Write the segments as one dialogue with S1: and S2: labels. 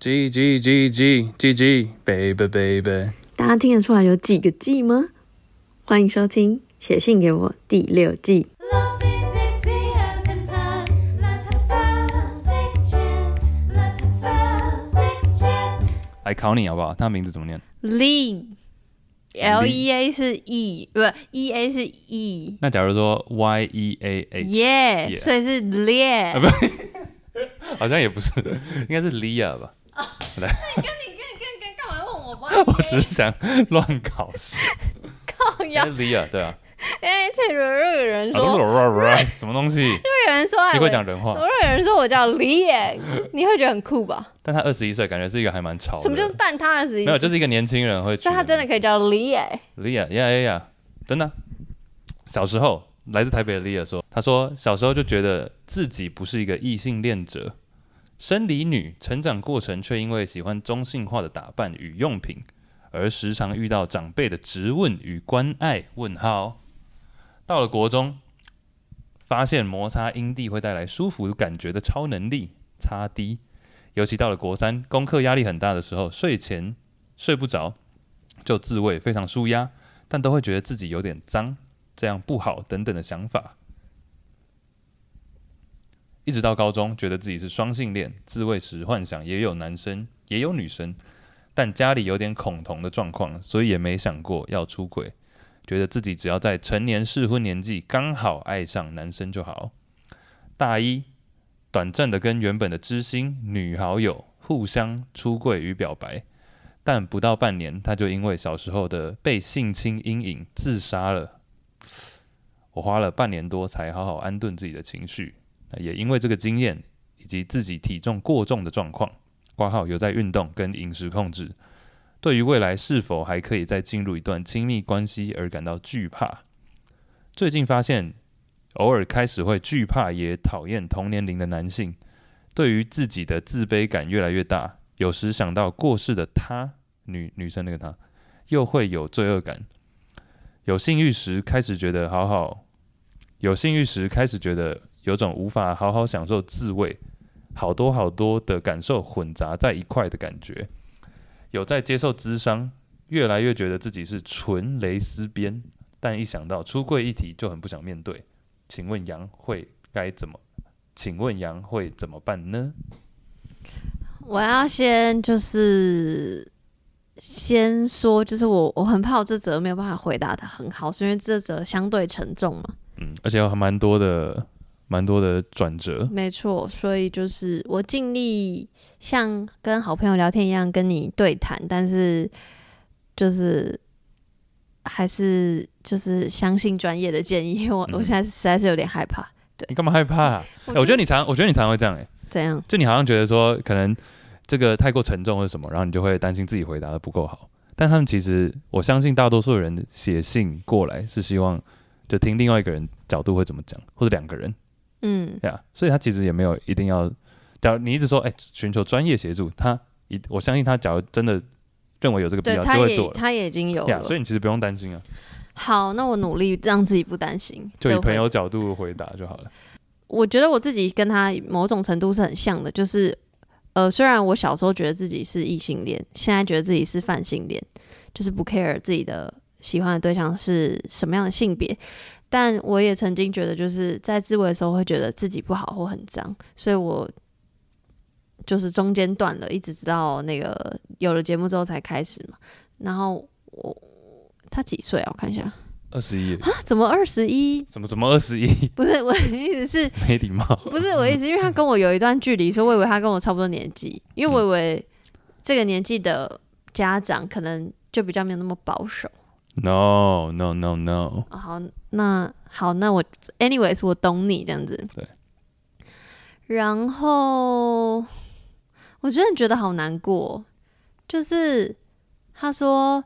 S1: G G G G G G baby baby，
S2: 大家听得出来有几个季吗？欢迎收听《写信给我》第六季。
S3: Love is sexy as in time. Let's have a six chance. Let's have a six chance.
S1: 来考你好不好？他名字怎么念？
S4: League L E A 是 E，不 E A 是 E，
S1: 那假如说 Y E A H，
S4: 耶，
S1: Yeah
S4: 所以是 Lee
S1: 啊。不，好像也不是， 应该是 Lia 吧？
S4: 哦哎你跟跟跟干嘛问我 吧？
S1: 我只是想乱搞事。
S4: 靠
S1: 应该
S4: 呀！
S1: 是 Lia 对啊，
S4: 哦哎，这如若有人
S1: 啊
S4: 说，
S1: 什么东西？
S4: 若有人说，哎
S1: 你会讲
S4: 我
S1: 人
S4: 如
S1: 话，
S4: 果有人说我叫 Lee，你会觉得很酷吧？
S1: 但他二十一岁，感觉是一个还蛮潮的。
S4: 什么叫蛋挞二十一？
S1: 哦没有，就是一个年轻人会取
S4: 所
S1: 名字。
S4: 以他真的可以叫 Lee。
S1: Lia 呀呀呀，真的啊、小时候，来自台北的 Lia 说，她说小时候就觉得自己不是一个异性恋者，生理女，成长过程却因为喜欢中性化的打扮与用品，而时常遇到长辈的质问与关爱。问号，到了国中，发现摩擦阴蒂会带来舒服感觉的超能力，擦低。尤其到了国三，功课压力很大的时候，睡前睡不着，就自慰，非常舒压，但都会觉得自己有点脏，这样不好等等的想法。一直到高中，觉得自己是双性恋，自慰时幻想也有男生也有女生，但家里有点恐同的状况，所以也没想过要出轨，觉得自己只要在成年适婚年纪刚好爱上男生就好。大一，短暂的跟原本的知心女好友互相出柜与表白，但不到半年，他就因为小时候的被性侵阴影自杀了。我花了半年多才好好安顿自己的情绪，那也因为这个经验以及自己体重过重的状况，挂号有在运动跟饮食控制，对于未来是否还可以再进入一段亲密关系而感到惧怕。最近发现，偶尔开始会惧怕也讨厌同年龄的男性，对于自己的自卑感越来越大，有时想到过世的她，女女生那个她，又会有罪恶感。有性欲时开始觉得好好，有性欲时开始觉得有种无法好好享受自慰，好多好多的感受混杂在一块的感觉。有在接受咨商，越来越觉得自己是纯蕾丝边，但一想到出柜议题就很不想面对。请问杨会该怎么？请问杨会怎么办呢？
S4: 我要先就是先说，就是我我很怕我这则没有办法回答的很好，是因为这则相对沉重嘛。
S1: 嗯，而且有还蛮多的，蛮多的转折。
S4: 没错，所以就是我尽力像跟好朋友聊天一样跟你对谈，但是就是还是就是相信专业的建议，因为我、
S1: 嗯
S4: 我现在实在是有点害怕。
S1: 你干嘛害怕、啊？哎我觉得你常，我觉得你常会这样、哎，
S4: 怎样？
S1: 就你好像觉得说，可能这个太过沉重或者什么，然后你就会担心自己回答的不够好。但他们其实，我相信大多数人写信过来是希望就听另外一个人角度会怎么讲，或者两个人，
S4: 嗯，
S1: 对啊。所以他其实也没有一定要，假如你一直说，哎、寻求专业协助，他一我相信他假如真的认为有这个必
S4: 对，
S1: 要，
S4: 他
S1: 就会
S4: 也
S1: 做了。
S4: 他也已经有
S1: 呀
S4: 了。
S1: 所以你其实不用担心啊，
S4: 好，那我努力让自己不担心。
S1: 就以
S4: 对
S1: 朋友角度回答就好了。
S4: 我觉得我自己跟他某种程度是很像的，就是呃，虽然我小时候觉得自己是异性恋，现在觉得自己是泛性恋，就是不 care 自己的喜欢的对象是什么样的性别，但我也曾经觉得就是在自慰的时候会觉得自己不好或很脏，所以我就是中间断了，一直直到那个有了节目之后才开始嘛。然后我他几岁啊？我看一下，啊
S1: 二十一，
S4: 怎么二十一？
S1: 怎么怎么二十一？
S4: 不是我的意思是。
S1: 没礼貌。
S4: 不是我意思，因为他跟我有一段距离，所以我以为他跟我差不多年纪，因为我以为这个年纪的家长可能就比较没有那么保守。
S1: No no no no，
S4: 哦好，那好，那我 anyways 我懂你这样子。
S1: 对。
S4: 然后我真的觉得好难过，就是他说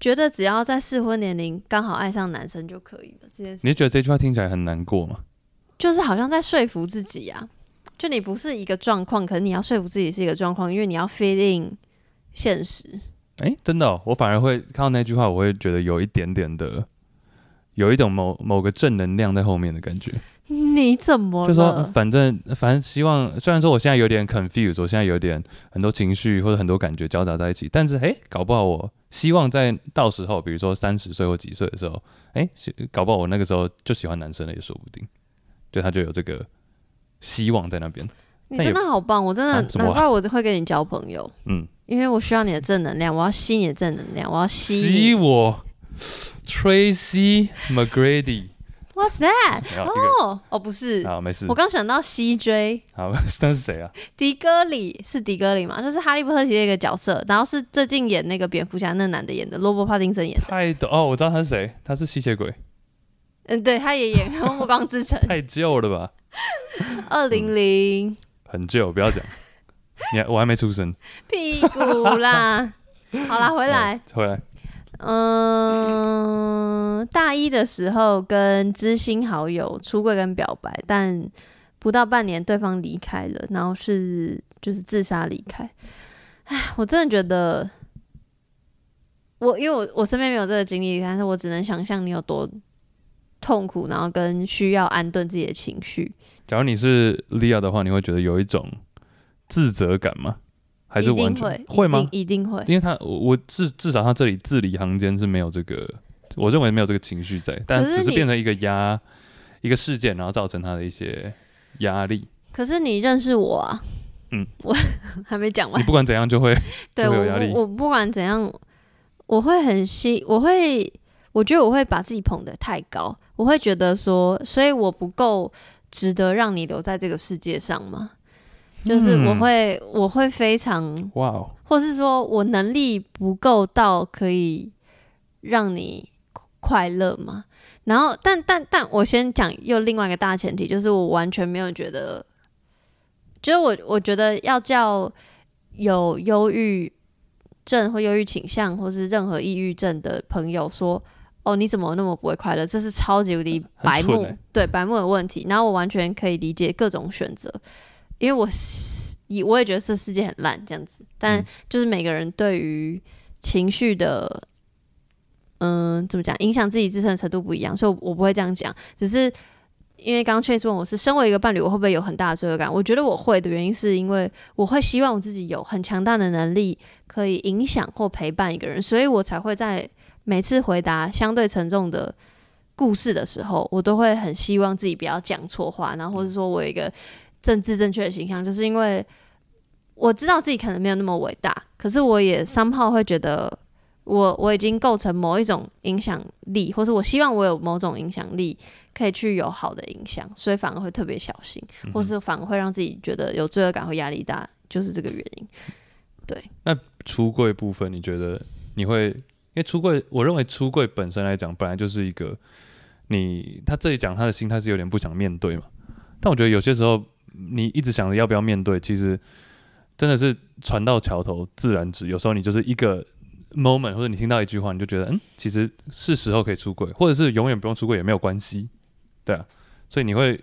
S4: 觉得只要在适婚年龄刚好爱上男生就可以了，这件事
S1: 你是觉得这句话听起来很难过吗？
S4: 就是好像在说服自己啊，就你不是一个状况，可能你要说服自己是一个状况，因为你要 fit in 现实。
S1: 哎、真的哦、我反而会看到那句话，我会觉得有一点点的，有一种某某个正能量在后面的感觉。
S4: 你怎么
S1: 就说呃
S4: 了？
S1: 反正反正希望，虽然说我现在有点 confused，我现在有点很多情绪或者很多感觉交杂在一起，但是诶，搞不好我希望在到时候，比如说三十岁或几岁的时候，诶，喜搞不好我那个时候就喜欢男生了也说不定，就他就有这个希望在那边，
S4: 你
S1: 但也
S4: 真的好棒，我真的、
S1: 啊什么啊
S4: 难怪我会跟你交朋友，
S1: 嗯，
S4: 因为我需要你的正能量，我要吸你的正能量，我要吸
S1: 吸
S4: 你。
S1: 我 Tracy McGrady，
S4: What's that？
S1: 没有一
S4: 哦哦，不是
S1: 个，好没事
S4: 我，刚想到 CJ
S1: 好那是谁啊？
S4: 迪戈里是迪戈里嘛，就是《哈利波特》系列一个角色，然后是最近演那个蝙蝠侠那男的演的，罗伯·帕丁森演的。
S1: 太懂哦，我知道他是谁，他是吸血鬼，
S4: 嗯，对，他也演《暮光 之城》
S1: 太旧了吧，
S4: 二零零
S1: 很旧，不要讲，你还我还没出生。
S4: 屁股 啦。好啦，回来，
S1: 嗯，回来，
S4: 嗯、大一的时候跟知心好友出柜跟表白，但不到半年对方离开了，然后是就是自杀离开。唉，我真的觉得，我因为我我身边没有这个经历，但是我只能想象你有多痛苦，然后跟需要安顿自己的情绪。
S1: 假如你是 Lea 的话，你会觉得有一种自责感吗？还是
S4: 一
S1: 完
S4: 定
S1: 全
S4: 会
S1: 会吗
S4: 一定？一定会。
S1: 因为他我我至至少他这里字里行间是没有这个，我认为没有这个情绪在，但
S4: 可是
S1: 只是
S4: 你
S1: 变成一个压一个事件，然后造成他的一些压力。
S4: 可是你认识我啊，
S1: 嗯，
S4: 我还没讲
S1: 你
S4: 完。
S1: 不管怎样就会
S4: 对
S1: 会
S4: 我
S1: 有压力
S4: 不，我不管怎样，我会很希，我会，我觉得我会把自己捧得太高，我会觉得说，所以我不够值得让你留在这个世界上吗？就是我
S1: 嗯
S4: 会，我会非常，
S1: 哇哦，
S4: 或是说我能力不够到可以让你快乐吗？然后，但但但我先讲又另外一个大前提，就是我完全没有觉得，就是我我觉得要叫有忧郁症或忧郁倾向，或是任何抑郁症的朋友说。哦，你怎么那么不会快乐？这是超级无敌白
S1: 很
S4: 目，
S1: 蠢欸
S4: 对白目的问题。然后我完全可以理解各种选择，因为我是也我也觉得这世界很烂这样子，但
S1: 嗯
S4: 就是每个人对于情绪的，嗯、怎么讲，影响自己自身的程度不一样，所以我我不会这样讲，只是因为刚刚 Chase 问我是身为一个伴侣，我会不会有很大的罪恶感？我觉得我会的原因是因为我会希望我自己有很强大的能力，可以影响或陪伴一个人，所以我才会在每次回答相对沉重的故事的时候，我都会很希望自己不要讲错话，然后或者说我有一个政治正确的形象，就是因为我知道自己可能没有那么伟大，可是我也三炮会觉得我我已经构成某一种影响力，或是我希望我有某种影响力可以去有好的影响，所以反而会特别小心，
S1: 嗯
S4: 或是反而会让自己觉得有罪恶感或压力大，就是这个原因。
S1: 出柜部分，你觉得你会？因为出柜，我认为出柜本身来讲，本来就是一个你他这里讲他的心态是有点不想面对嘛。但我觉得有些时候你一直想着要不要面对，其实真的是船到桥头自然直。有时候你就是一个 moment，或者你听到一句话，你就觉得嗯，其实是时候可以出柜，或者是永远不用出柜也没有关系，对啊。所以你会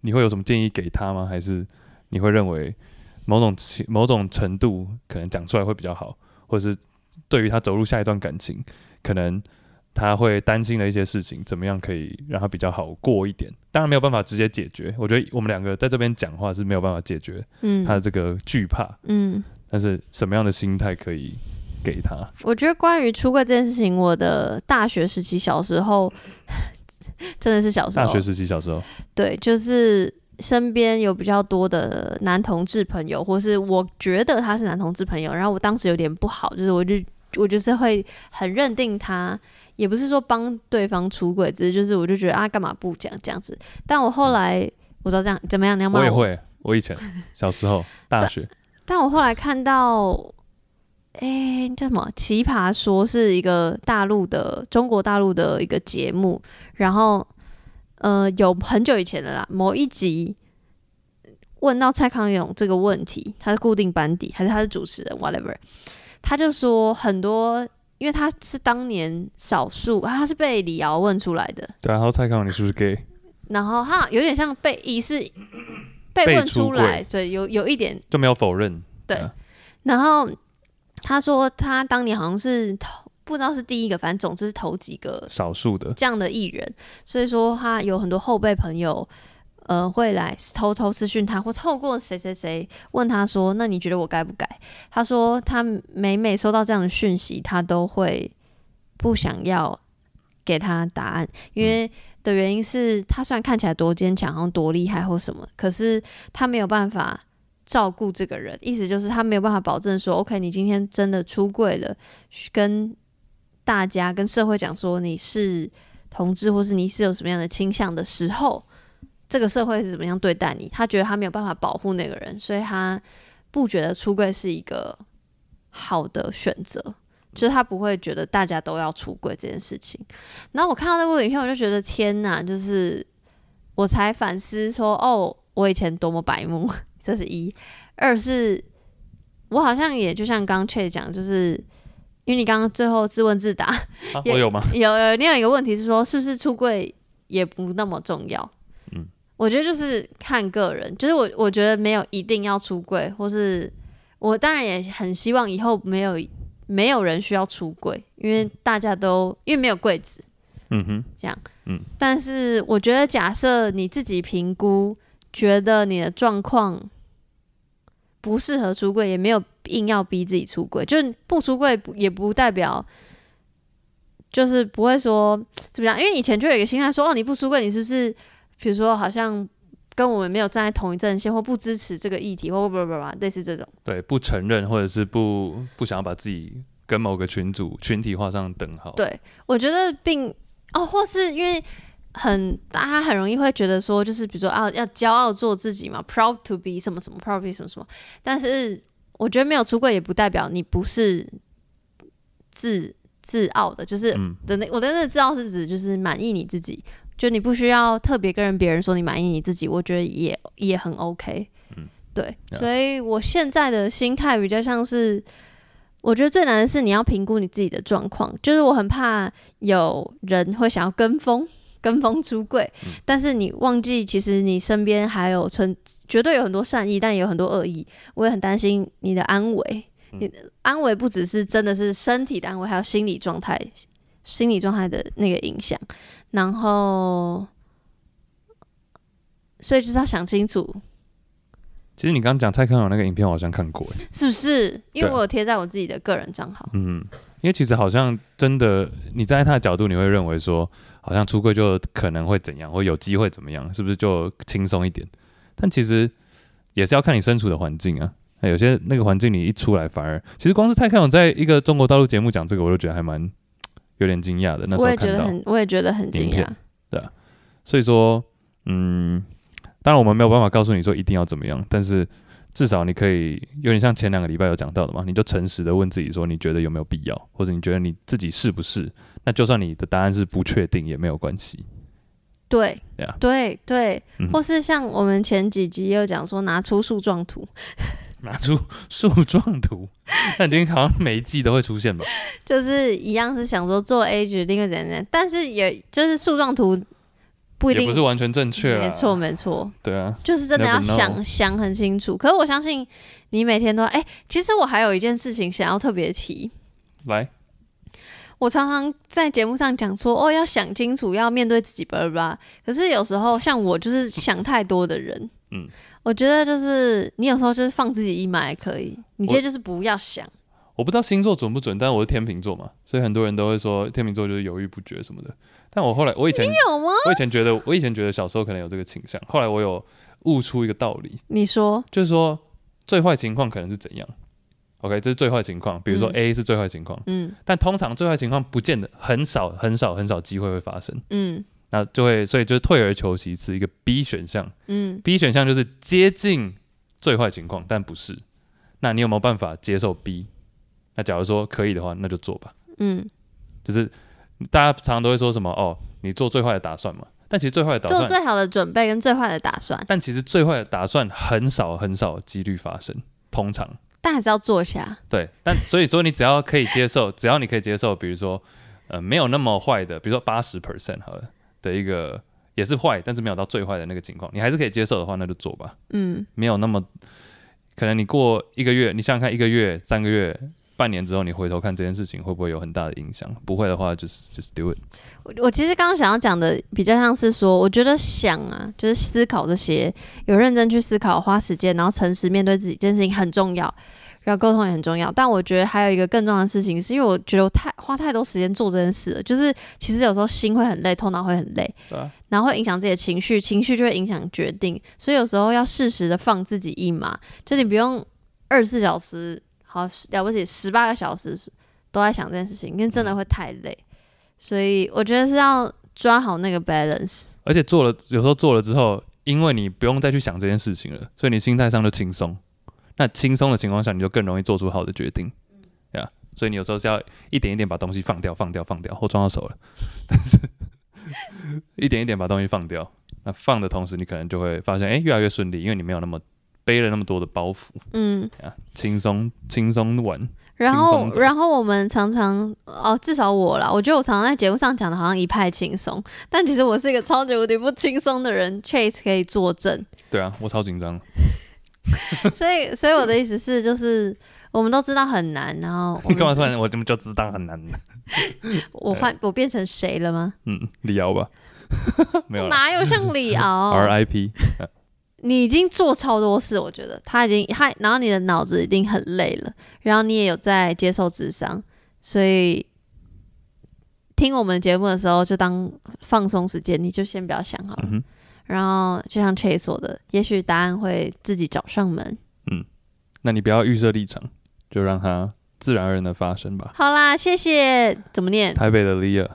S1: 你会有什么建议给他吗？还是你会认为某种情某种程度可能讲出来会比较好，或者是对于他走入下一段感情，可能他会担心的一些事情，怎么样可以让他比较好过一点？当然没有办法直接解决，我觉得我们两个在这边讲话是没有办法解决他的
S4: 嗯
S1: 这个惧怕，
S4: 嗯，
S1: 但是什么样的心态可以给他？
S4: 我觉得关于出柜这件事情，我的大学时期小时候 真的是小时候，
S1: 大学时期小时候，
S4: 对，就是身边有比较多的男同志朋友，或是我觉得他是男同志朋友，然后我当时有点不好，就是我就我就是会很认定他，也不是说帮对方出轨，只是就是我就觉得啊，干嘛不讲这样子？但我后来我知道这样怎么样，你要骂
S1: 我也会，我以 前小时候大学
S4: 但我后来看到，哎、叫什么《奇葩说》是一个大陆的中国大陆的一个节目，然后呃，有很久以前的啦，某一集问到蔡康永这个问题，他是固定班底还是他是主持人，whatever，他就说很多。因为他是当年少数，啊他是被李敖问出来的，
S1: 对啊，然后蔡康永你是不是 gay？
S4: 然后他有点像被疑似被
S1: 被
S4: 问
S1: 出
S4: 出来，
S1: 柜
S4: 所以有有一点
S1: 就没有否认，
S4: 然后他说他当年好像是头，不知道是第一个，反正总之是头几个
S1: 少数的
S4: 这样的艺人，所以说他有很多后辈朋友呃会来偷偷私讯他，或透过谁谁谁问他说：“那你觉得我该不该？”他说他每每收到这样的讯息，他都会不想要给他答案，因为的原因是他虽然看起来多坚强，好像多厉害或什么，可是他没有办法。照顾这个人，意思就是他没有办法保证说，OK，你今天真的出柜了，跟大家、跟社会讲说你是同志，或是你是有什么样的倾向的时候，这个社会是怎么样对待你？他觉得他没有办法保护那个人，所以他不觉得出柜是一个好的选择，就是他不会觉得大家都要出柜这件事情。然后我看到那部影片，我就觉得天哪，就是我才反思说，哦，我以前多么白目， 这是一；二是我好像也就像刚刚 Che 讲，就是因为你刚刚最后自问自答，
S1: 啊，
S4: 也
S1: 我有吗？
S4: 有有，另外一个问题是说，是不是出柜也不那么重要？嗯，我觉得就是看个人，就是我我觉得没有一定要出柜，或是我当然也很希望以后没有没有人需要出柜，因为大家都因为没有柜子，
S1: 嗯哼，
S4: 这样。
S1: 嗯，
S4: 但是我觉得，假设你自己评估，觉得你的状况不适合出柜，也没有硬要逼自己出柜，就是不出柜不也不代表。就是不会说怎么样，因为以前就有一个心态说，哦，你不出柜，你是不是，比如说好像跟我们没有站在同一阵线，或不支持这个议题，或不不不不，类似这种。
S1: 对，不承认或者是不不想要把自己跟某个群组群体画上等号。
S4: 对，我觉得并哦，或是因为很大家很容易会觉得说，就是比如说啊，要骄傲做自己嘛，proud to be 什么什么，proud to be 什么什么。但是我觉得没有出柜也不代表你不是自自傲的，就是
S1: 嗯
S4: 的那、我的那个自傲是指就是满意你自己，就你不需要特别跟人别人说你满意你自己，我觉得也也很 OK。对，
S1: 嗯 Yeah
S4: 所以我现在的心态比较像是，我觉得最难的是你要评估你自己的状况，就是我很怕有人会想要跟风。跟风出柜，
S1: 嗯
S4: 但是你忘记，其实你身边还有存，绝对有很多善意，但也有很多恶意。我也很担心你的安危，
S1: 嗯
S4: 你的安危不只是真的是身体的安危，还有心理状态，心理状态的那个影响。然后，所以就是要想清楚，
S1: 其实你刚刚讲蔡康永那个影片，我好像看过，欸
S4: 是不是？因为
S1: 对
S4: 我有贴在我自己的个人账号，
S1: 嗯，因为其实好像真的，你站在他的角度，你会认为说，好像出柜就可能会怎样，或有机会怎么样，是不是就轻松一点？但其实也是要看你身处的环境啊。那有些那个环境你一出来，反而其实光是蔡康永在一个中国大陆节目讲这个，我就觉得还蛮有点惊讶的。那时
S4: 我
S1: 候
S4: 也觉
S1: 看
S4: 得
S1: 到，
S4: 很，我也觉得很惊
S1: 影
S4: 讶
S1: 片。所以说，嗯，当然我们没有办法告诉你说一定要怎么样，但是至少你可以有点像前两个礼拜有讲到的嘛，你就诚实的问自己说，你觉得有没有必要，或者你觉得你自己是不是？那就算你的答案是不确定也没有关系。
S4: 对
S1: Yeah
S4: 对对
S1: 嗯，
S4: 或是像我们前几集有讲说拿出树状图，
S1: 拿出树状图，那已经好像每一季都会出现吧？
S4: 就是一样是想说做 A 决定会怎样怎样，但是也就是树状图不一
S1: 也
S4: 定
S1: 不是完全正确啦啊
S4: 没错，没错，
S1: 对啊，
S4: 就是真的
S1: Never
S4: 要
S1: know
S4: 想想很清楚。可是我相信你每天都哎、其实我还有一件事情想要特别提，
S1: 来，
S4: 我常常在节目上讲说哦，要想清楚，要面对自己，巴拉巴拉。可是有时候像我就是想太多的人，
S1: 嗯
S4: 嗯，我觉得就是你有时候就是放自己一马也可以，你今天就是不要想。
S1: 我不知道星座准不准，但我是天秤座嘛，所以很多人都会说天秤座就是犹豫不决什么的。但我后来，我以前
S4: 有吗？
S1: 我以前觉得，我以前觉得小时候可能有这个倾向，后来我有悟出一个道理，
S4: 你说
S1: 就是说最坏情况可能是怎样。OK，这是最坏情况，比如说
S4: 嗯
S1: A 是最坏情况，
S4: 嗯
S1: 但通常最坏情况不见得很少、很少、很少机会会发生，
S4: 嗯
S1: 那就会所以就是退而求其次，一个 B 选项
S4: 嗯
S1: ，B 选项就是接近最坏情况，但不是。那你有没有办法接受 B？那假如说可以的话，那就做吧。
S4: 嗯，
S1: 就是大家常常都会说什么哦，你做最坏的打算嘛，但其实最坏的打算
S4: 做最好的准备跟最坏的打算，
S1: 但其实最坏的打算很少很少几率发生，通常
S4: 但还是要做一下。
S1: 对。但所以说你只要可以接受， 只要你可以接受，比如说呃没有那么坏的，比如说八十 percent 好了的一个也是坏，但是没有到最坏的那个情况，你还是可以接受的话，那就做吧。
S4: 嗯，
S1: 没有那么可能你过一个月，你想想看，一个月、三个月、半年之后你回头看这件事情会不会有很大的影响？不会的话，just just do it。
S4: 我我其实刚刚想要讲的比较像是说，我觉得想啊，就是思考这些，有认真去思考，花时间，然后诚实面对自己，这件事情很重要，然后沟通也很重要。但我觉得还有一个更重要的事情，是因为我觉得我太花太多时间做这件事了，就是其实有时候心会很累，头脑会很累，
S1: 对啊，
S4: 然后会影响自己的情绪，情绪就会影响决定，所以有时候要适时的放自己一马，就你不用二十四小时，好了不起十八个小时都在想这件事情，因为真
S1: 嗯
S4: 的会太累，所以我觉得是要抓好那个 balance。
S1: 而且做了，有时候做了之后，因为你不用再去想这件事情了，所以你心态上就轻松。那轻松的情况下，你就更容易做出好的决定，对啊。所以你有时候是要一点一点把东西放掉，放掉，放掉。我撞到手了，但是 一点一点把东西放掉。那放的同时，你可能就会发现，哎、越来越顺利，因为你没有那么背了那么多的包袱
S4: 嗯，
S1: 啊，轻松轻松玩。
S4: 然
S1: 轻
S4: 后
S1: 松走
S4: 然后我们常常哦，至少我啦，我觉得我常常在节目上讲的好像一派轻松，但其实我是一个超级无敌不轻松的人，Chase 可以作证。
S1: 对啊，我超紧张。
S4: 所以，所以我的意思是，就是我们都知道很难，然后
S1: 你
S4: 我 们
S1: 干嘛突然？我怎么就知道很难？
S4: 我换我变成谁了吗？
S1: 嗯，李敖吧， 哦没有啦
S4: 哪有像李 敖？啊
S1: ，RIP。
S4: 你已经做超多事，我觉得他已经他，然后你的脑子一定很累了，然后你也有在接受智商，所以听我们节目的时候就当放松时间，你就先不要想好了。
S1: 嗯哼，
S4: 然后就像 Chase 说的，也许答案会自己找上门。
S1: 那你不要预设立场，就让它自然而然的发生吧。
S4: 好啦，谢谢，怎么念？
S1: 台北的 Lia，